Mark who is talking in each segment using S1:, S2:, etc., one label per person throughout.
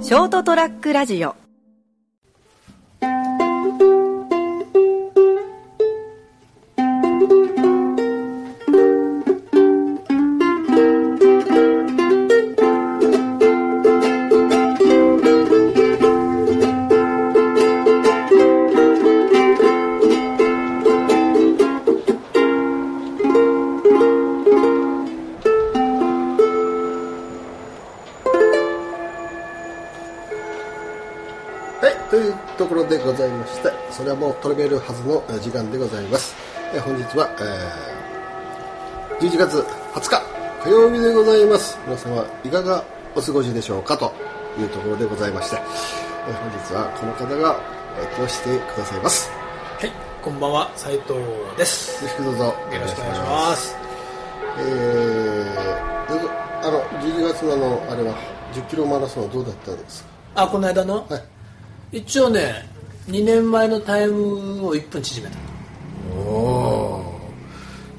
S1: ショートトラックラジオ
S2: はい、というところでございまして、それはもう取れるはずのえー時間でございます。えー本日は、えー11月20日火曜日でございます。皆様いかがお過ごしでしょうかというところでございまして、えー本日はこの方がえー今日してくださいます。よ
S3: はい、こんばんは、斉藤です。
S2: ろしくどうぞ
S3: よろしくお願いします。
S2: えーどうぞあの12月のあのあれは10キロマラソンはどうだったんですか。
S3: あ、この間の、
S2: はい。
S3: 一応ね、2年前のタイムを1分縮めた。
S2: おー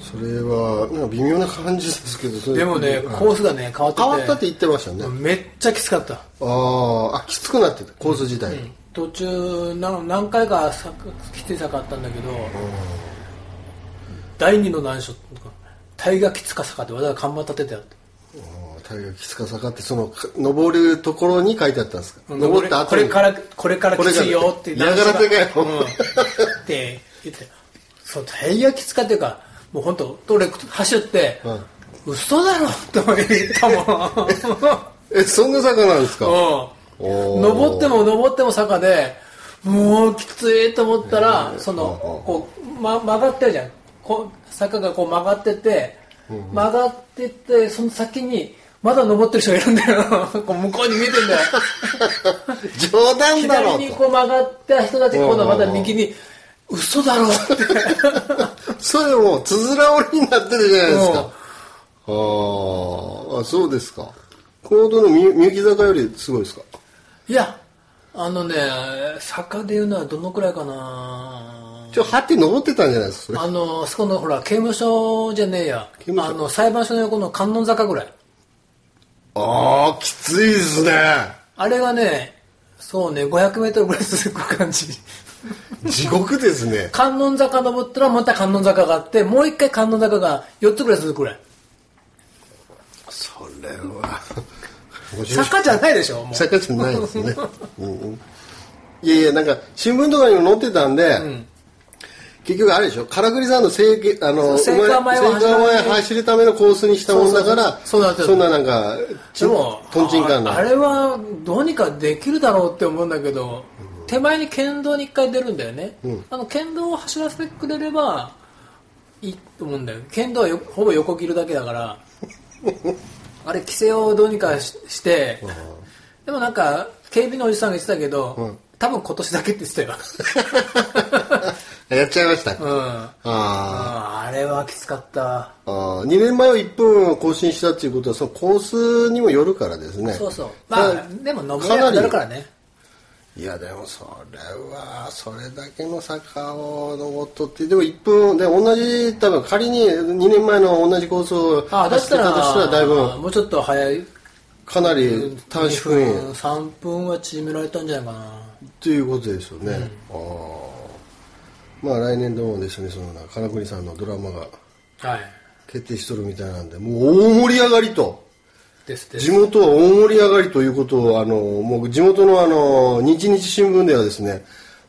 S2: それはなんか微妙な感じですけどそれ
S3: でもね、
S2: うん
S3: コースがね、変わってて。
S2: 変わったって言ってましたね、
S3: めっちゃきつかった。
S2: あーあきつくなってたコース自体、
S3: 途中、何何回かさきついさかあったんだけど、第2の難所とか、体がきつかさかって、わざわざ看板立ててあって。
S2: 体がきつかさかってそのか登るところに書いてあったんですか登った後
S3: こ
S2: に
S3: れから、これからきついよって。
S2: これから嫌がらせがよ
S3: うんって言って。そう、タイヤきつかっていうか、もう本当俺走って、
S2: うん
S3: 嘘だろって言 った
S2: えそんな坂なんですか
S3: もん。
S2: お
S3: う
S2: ー
S3: ん。登っても登っても坂で、もうきついと思ったら、その、こう、ま、曲がってるじゃん。こう坂がこう曲がってて、曲がってて、その先に、まだ登ってる人がいるんだよ。 こう向こうに見てんだよ。
S2: 冗談だろ
S3: 左
S2: う
S3: にことう曲がった人たち今度はまた右に嘘だろうって
S2: それもうつづら折りになってるじゃないです
S3: うん
S2: かあーあそうですか行動のみみゆき坂よりすごいですか
S3: いやあのね坂でいうのはどのくらいかな
S2: ちょはって登ってたんじゃないですかそれ
S3: あのそこのほら刑務所じゃねえや
S2: 刑務所
S3: あの裁判所の横の観音坂ぐらい
S2: ああきついですね
S3: あれがねそうね 500m ぐらい続く感じ
S2: 地獄ですね
S3: 観音坂登ったらまた観音坂があってもう一回観音坂が4つぐらい続くぐらい
S2: それは面白い
S3: 坂じゃないでしょもう
S2: 坂じゃないですね、うんうんいやいやなんか新聞とかにも載ってたんで、結局あれでしょからくりさんの聖火あの
S3: そう聖火前
S2: 聖
S3: を
S2: 火前走るためのコースにしたもんだから
S3: そうそうそう
S2: そ
S3: そ
S2: ん
S3: う
S2: ななんかち
S3: でも
S2: とんちんかん
S3: あ
S2: な
S3: あれはどうにかできるだろうって思うんだけど、手前に県道に1回出るんだよね、あの県道を走らせてくれればいいと思うんだよ県道はよほぼ横切るだけだから あれ規制をどうにかしして、でもなんか警備のおじさんが言ってたけど、多分今年だけって言ってたよ、
S2: やっちゃいました、
S3: うん、あ
S2: あー
S3: あれはきつかった
S2: あー2年前を1分更新したっていうことはそのコースにもよるからですね
S3: そうそうま
S2: た
S3: あでも登りはなるからね
S2: いやでもそれはそれだけの坂を登っとってでも1分で同じ多分仮に2年前の同じコースを
S3: ああ
S2: 走
S3: だ
S2: っ
S3: ってた
S2: た
S3: ら
S2: としたらだいぶ
S3: もうちょっと早い
S2: かなり短縮
S3: 2分
S2: に
S3: 3分は縮められたんじゃないかな
S2: ということですよね、ああまあ来年度もですねその金国さんのドラマが
S3: はい
S2: 決定しとるみたいなんでもう大盛り上がりと
S3: ですです
S2: 地元は大盛り上がりということをあのもう地元のあの日日新聞ではですね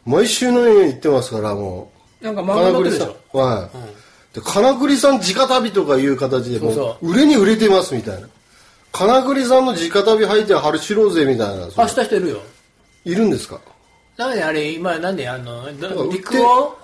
S2: 毎週のように言ってますからもう
S3: なんか漫
S2: 金栗
S3: 画載ってるでし
S2: さ
S3: ょ
S2: んはい、で金栗さん直旅とかいう形でもう
S3: そう
S2: 売れに売れてますみたいな金栗さんの直旅履いて走ろうぜみたいなそ
S3: あ
S2: れ
S3: した人いるよ
S2: いるんですか
S3: なんであれ今なんであのだ
S2: 売って
S3: 陸を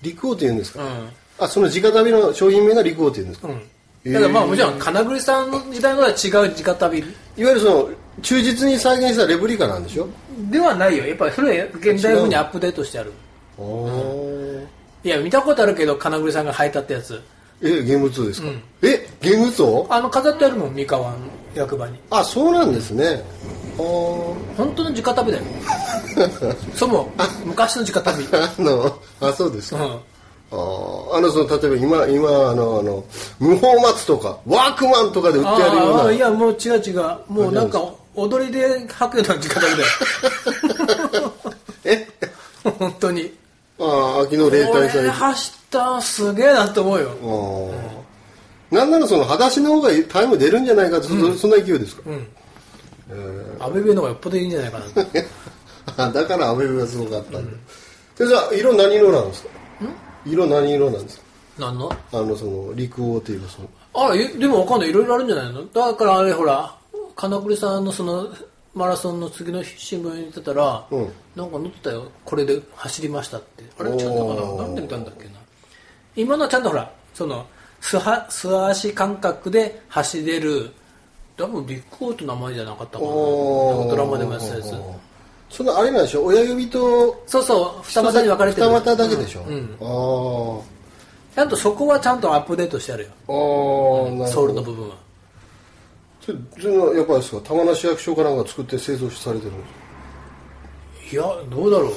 S2: 陸王って言うんです
S3: う
S2: か、
S3: ん
S2: あその直旅の商品名が陸王って言うんですか、
S3: うんだからまあもちろん金栗さんの時代のは違う直旅
S2: いわゆるその忠実に再現したレプリカなんでしょ
S3: ではないよやっぱりそれ現代風にアップデートしてある
S2: あー
S3: いや見たことあるけど金栗さんが履いたってやつ
S2: え現物ですか、え現物を
S3: あの飾ってあるもん三河の役場に
S2: あそうなんですね、あ
S3: 本当の直旅だよそも昔の直旅
S2: ああのあそうですか、
S3: う
S2: あ
S3: ん
S2: ーあのその例えば今今あのあの無法松とかワークマンとかで売ってあるような
S3: ああいやもう違う違うもうなんか踊りで吐くような時間だけだよ
S2: え
S3: 本当に
S2: ああ、秋の例
S3: 俺
S2: 大祭。あ
S3: 走ったのすげえなって思うよ
S2: あ。なんならその、裸足の方がタイム出るんじゃないかと、そそんな勢いですか。
S3: うん
S2: えー
S3: アベベの方がよっぽどいいんじゃないか な
S2: あ だからアベベがすごかったんだ。でじゃあ、色何色なんですか色何色なんですか
S3: なんの
S2: あの、その、陸王というか、その、
S3: あらえでもわかんないいろいろあるんじゃないのだからあれほら金栗さんのそのマラソンの次の日新聞に出てたら、
S2: うん
S3: なんか載ってたよこれで走りましたってあれ
S2: おー
S3: ちゃんとかななんで見たんだっけな今のはちゃんとほらその素は素足感覚で走れる多分ビッグオートの名前じゃなかったかななんかドラマでもやってたやつ
S2: つそのあれなんでしょ親指と
S3: そうそう二股に分かれてる
S2: 二股だけでしょ、
S3: うんうん
S2: あ
S3: ちゃんとそこはちゃんとアップデートしてあるよ
S2: ーあーなるほど
S3: ソウルの部分は
S2: それそれはやっぱりですか玉名市役所かなんか作って製造されてるんで
S3: いやどう だろう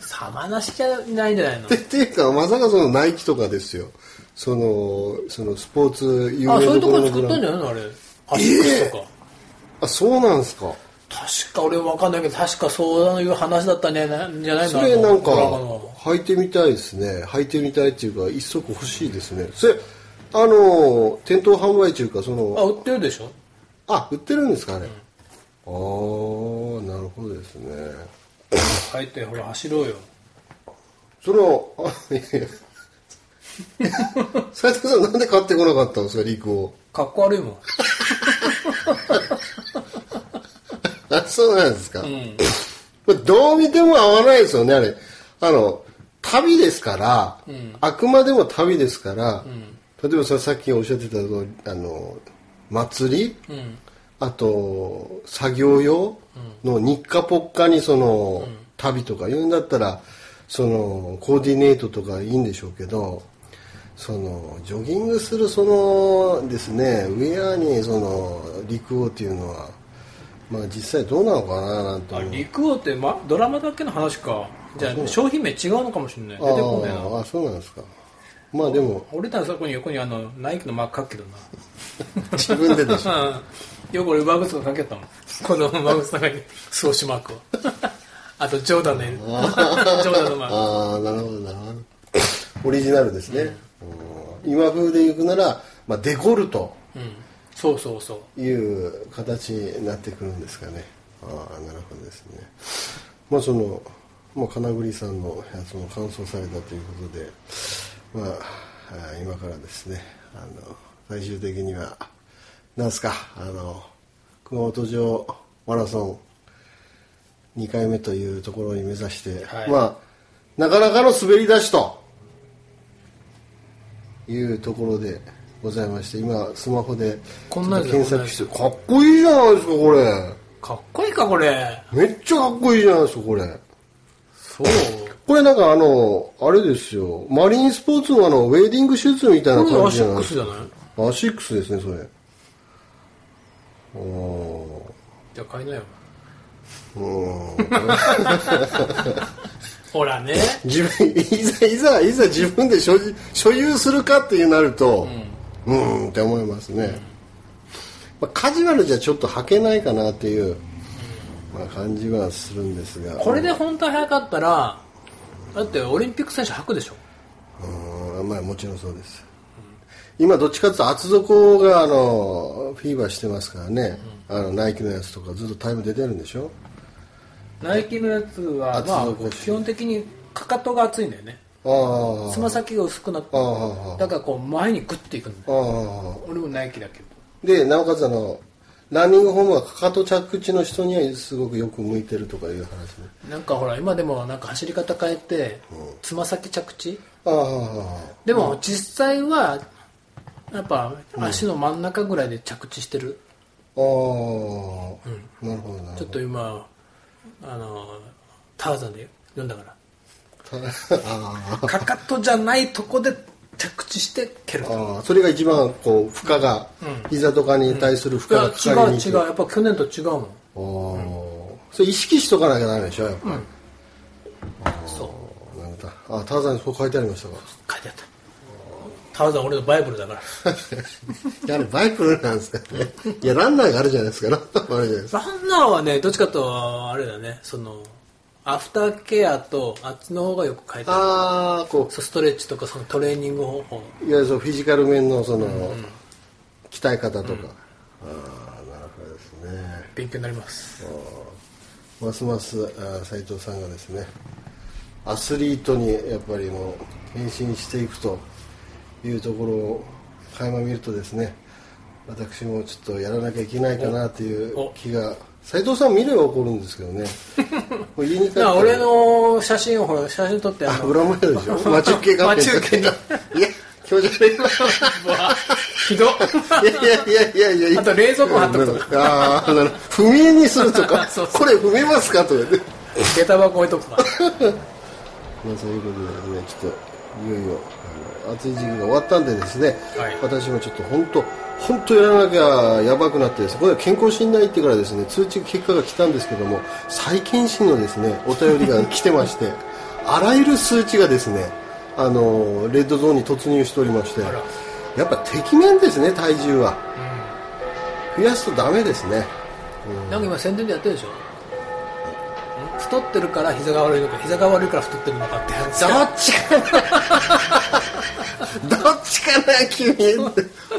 S3: 様なしじゃないんじゃないの
S2: すかてていうかまさかそのナイキとかですよそのそのスポーツ有
S3: あ
S2: 名
S3: そういう
S2: どころ
S3: ところ
S2: の
S3: 作ったんじ
S2: ゃ
S3: ゃないのあれアシックスとか、
S2: あそうなんですか
S3: 確か俺分かんないけど確かそういう話だったんじゃないんじゃないの
S2: それなんか
S3: ドラマの
S2: 履いてみたいですね履いてみたいっていうか一足欲しいですねそれあの店頭販売っていうかその
S3: あ売ってるでしょ
S2: あ売ってるんですかあれ、ああなるほどですね
S3: 入ってほら走ろうよ
S2: そのあいやいや 斉藤さんなんで買ってこなかったんですか陸を
S3: かっこ悪いもん
S2: あそうなんですか、
S3: ん
S2: これどう見ても合わないですよねあれあの旅ですから、あくまでも旅ですから、例えばささっきおっしゃってたそのあの祭り、
S3: うん
S2: あと作業用の日課ポッカにその、旅とか言うんだったらそのコーディネートとかいいんでしょうけどそのジョギングするそのですねウェアにその陸王っていうのはまあ実際どうなのかななんて
S3: あ
S2: 思う
S3: 陸王って、ま、ドラマだけの話かじゃあ商品名違うのかもしれない出てこないな
S2: ああそうなんですかまあでも
S3: 俺たちそこに横にあのナイキのマーク書くけど
S2: 自分ででしょ
S3: なうんよく俺バグスとか書けたもんこのバグスの中に創始マークを あ とジョーダンのジョーダンのマーク
S2: ああなるほどなるほどオリジナルですね、うん今風でいくなら、まあ、デコルト
S3: うん、そうそうそう
S2: いう形になってくるんですかねああなるほどですねまあその、まあ、金栗さんのやつも完走されたということでまああー今からですねあの最終的にはなんすかあの熊本城マラソン2回目というところに目指して、
S3: はい
S2: まあなかなかの滑り出しというところでございまして今スマホで
S3: こんなん
S2: ち
S3: じ
S2: ょ
S3: ゃ
S2: っと検索してかっこいいじゃないですかこれ
S3: かっこいいかこれ
S2: めっちゃかっこいいじゃないですかこれ
S3: そう
S2: これなんかあのあれですよマリンスポーツのあのウェディングシューズみたいな
S3: これ
S2: 感
S3: ア
S2: じじ
S3: シ
S2: ゃ
S3: ッ
S2: ないで
S3: クス
S2: す
S3: じゃ
S2: か
S3: ない
S2: アシックスですねそれおー
S3: じゃあ買いなよ
S2: うん
S3: ほらね
S2: 自分いざ いざいざ自分で所持所有するかっていうなるとうんんって思いますね、まあ、カジュアルじゃちょっと履けないかなっていう、まあ、感じはするんですが
S3: これで本当は早かったらだってオリンピック選手履くでしょ
S2: うんまあもちろんそうです今どっちかっていうと厚底があのフィーバーしてますからね、あのナイキのやつとかずっとタイム出てるんでしょ
S3: ナイキのやつは、
S2: 厚
S3: ま
S2: 底
S3: あ、基本的にかかとが厚いんだよね
S2: あ
S3: つま先が薄くなって
S2: あああ
S3: だからこう前にグッていくん
S2: あ
S3: だよ
S2: ああ
S3: 俺もナイキだけど
S2: でなおかつあのランニングフォームはかかと着地の人にはすごくよく向いてるとかいう話ね
S3: なんかほら今でもなんか走り方変えてつま先着地
S2: ああ
S3: でも実際はやっぱ足の真ん中ぐらいで着地してる、
S2: ああ、なるほどな
S3: ちょっと今あのターザンで読んだか
S2: あ
S3: らかかとじゃないとこで着地して蹴る
S2: あああそれが一番こう負荷が、膝とかに対する負
S3: い
S2: 荷
S3: や
S2: が
S3: 違う違うやっぱ去年と違うもん
S2: ああ、それ意識しとかなきゃダメでしょやっぱり、
S3: そう
S2: なんだあターザンにそう書いてありましたか
S3: 書いてあった原さん俺のバイブルだから
S2: いやあれバイブルなんですかねいやランナーがあるじゃないですかランナーもあるじゃないですか
S3: ランナーはねどっちかとはあれだねそのアフターケアとあっちの方がよく書いてある
S2: ああこ
S3: そうストレッチとかそのトレーニング方法
S2: ういわゆるそのフィジカル面のその、鍛え方とか、ああなるほどですね
S3: 勉強になります
S2: ますますあー斉藤さんがですねアスリートにやっぱりもう変身していくというところを垣間見るとですね私もちょっとやらなきゃいけないかなという
S3: おお
S2: 気が斉藤さん見れば怒るんですけ どねもう家に帰っ
S3: だ
S2: た
S3: から
S2: ら
S3: 俺の写真をほら写真撮ってあ
S2: あ
S3: の
S2: 裏前でしょ待ち受け画面
S3: 待ち受け
S2: いや気持ち悪 いな
S3: ひどっ
S2: いやいやいやいやいや
S3: あと冷蔵庫貼っとくと
S2: かああなるほど踏み絵にするとか
S3: そうそう
S2: これ踏めますかとか言って
S3: 下駄箱置いとくとか
S2: まあ、そういうことでですね、ちょっと、いよいよ、あの暑い時期が終わったんでですね、
S3: はい
S2: 私もちょっと本当、本当やらなきゃやばくなってですね、これは健康診断行ってからですね、通知結果が来たんですけども、再検診のですね、お便りが来てまして、 あらゆる数値がですね、あの、レッドゾーンに突入しておりまして、
S3: あら
S2: やっぱ、てきめんですね、体重は。増やすとダメですね。
S3: なんか今宣伝でやってるでしょん太ってるから膝が悪いのか膝が悪いから太ってるのかって
S2: どっちかなどっちかな君って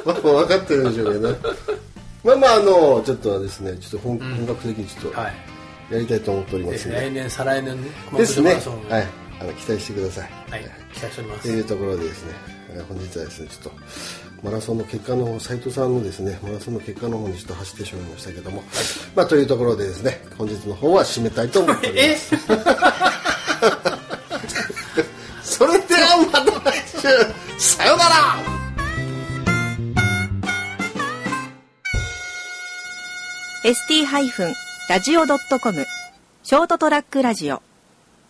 S2: まあ分かってるんでしょうけどねまあまああのちょっとですねちょっと本,、本格的にちょっ
S3: はい
S2: とやりたいと思っておりま
S3: ですす
S2: ん
S3: ね
S2: で
S3: 来年再来年ね熊
S2: です
S3: 本マ
S2: ね
S3: ラソン
S2: は
S3: はい
S2: いあの期待してください
S3: 期待しておりま
S2: と
S3: す
S2: いうところでですねえー本日はですねちょっとマラソンの結果の方斉藤さんのですねマラソンの結果の方にちょっと走ってしまいましたけども、まあというところでですね本日の方は締めたいと思 っております
S3: え
S2: それではまた来週さようなら
S1: ST-radio.com ショートトラックラジオ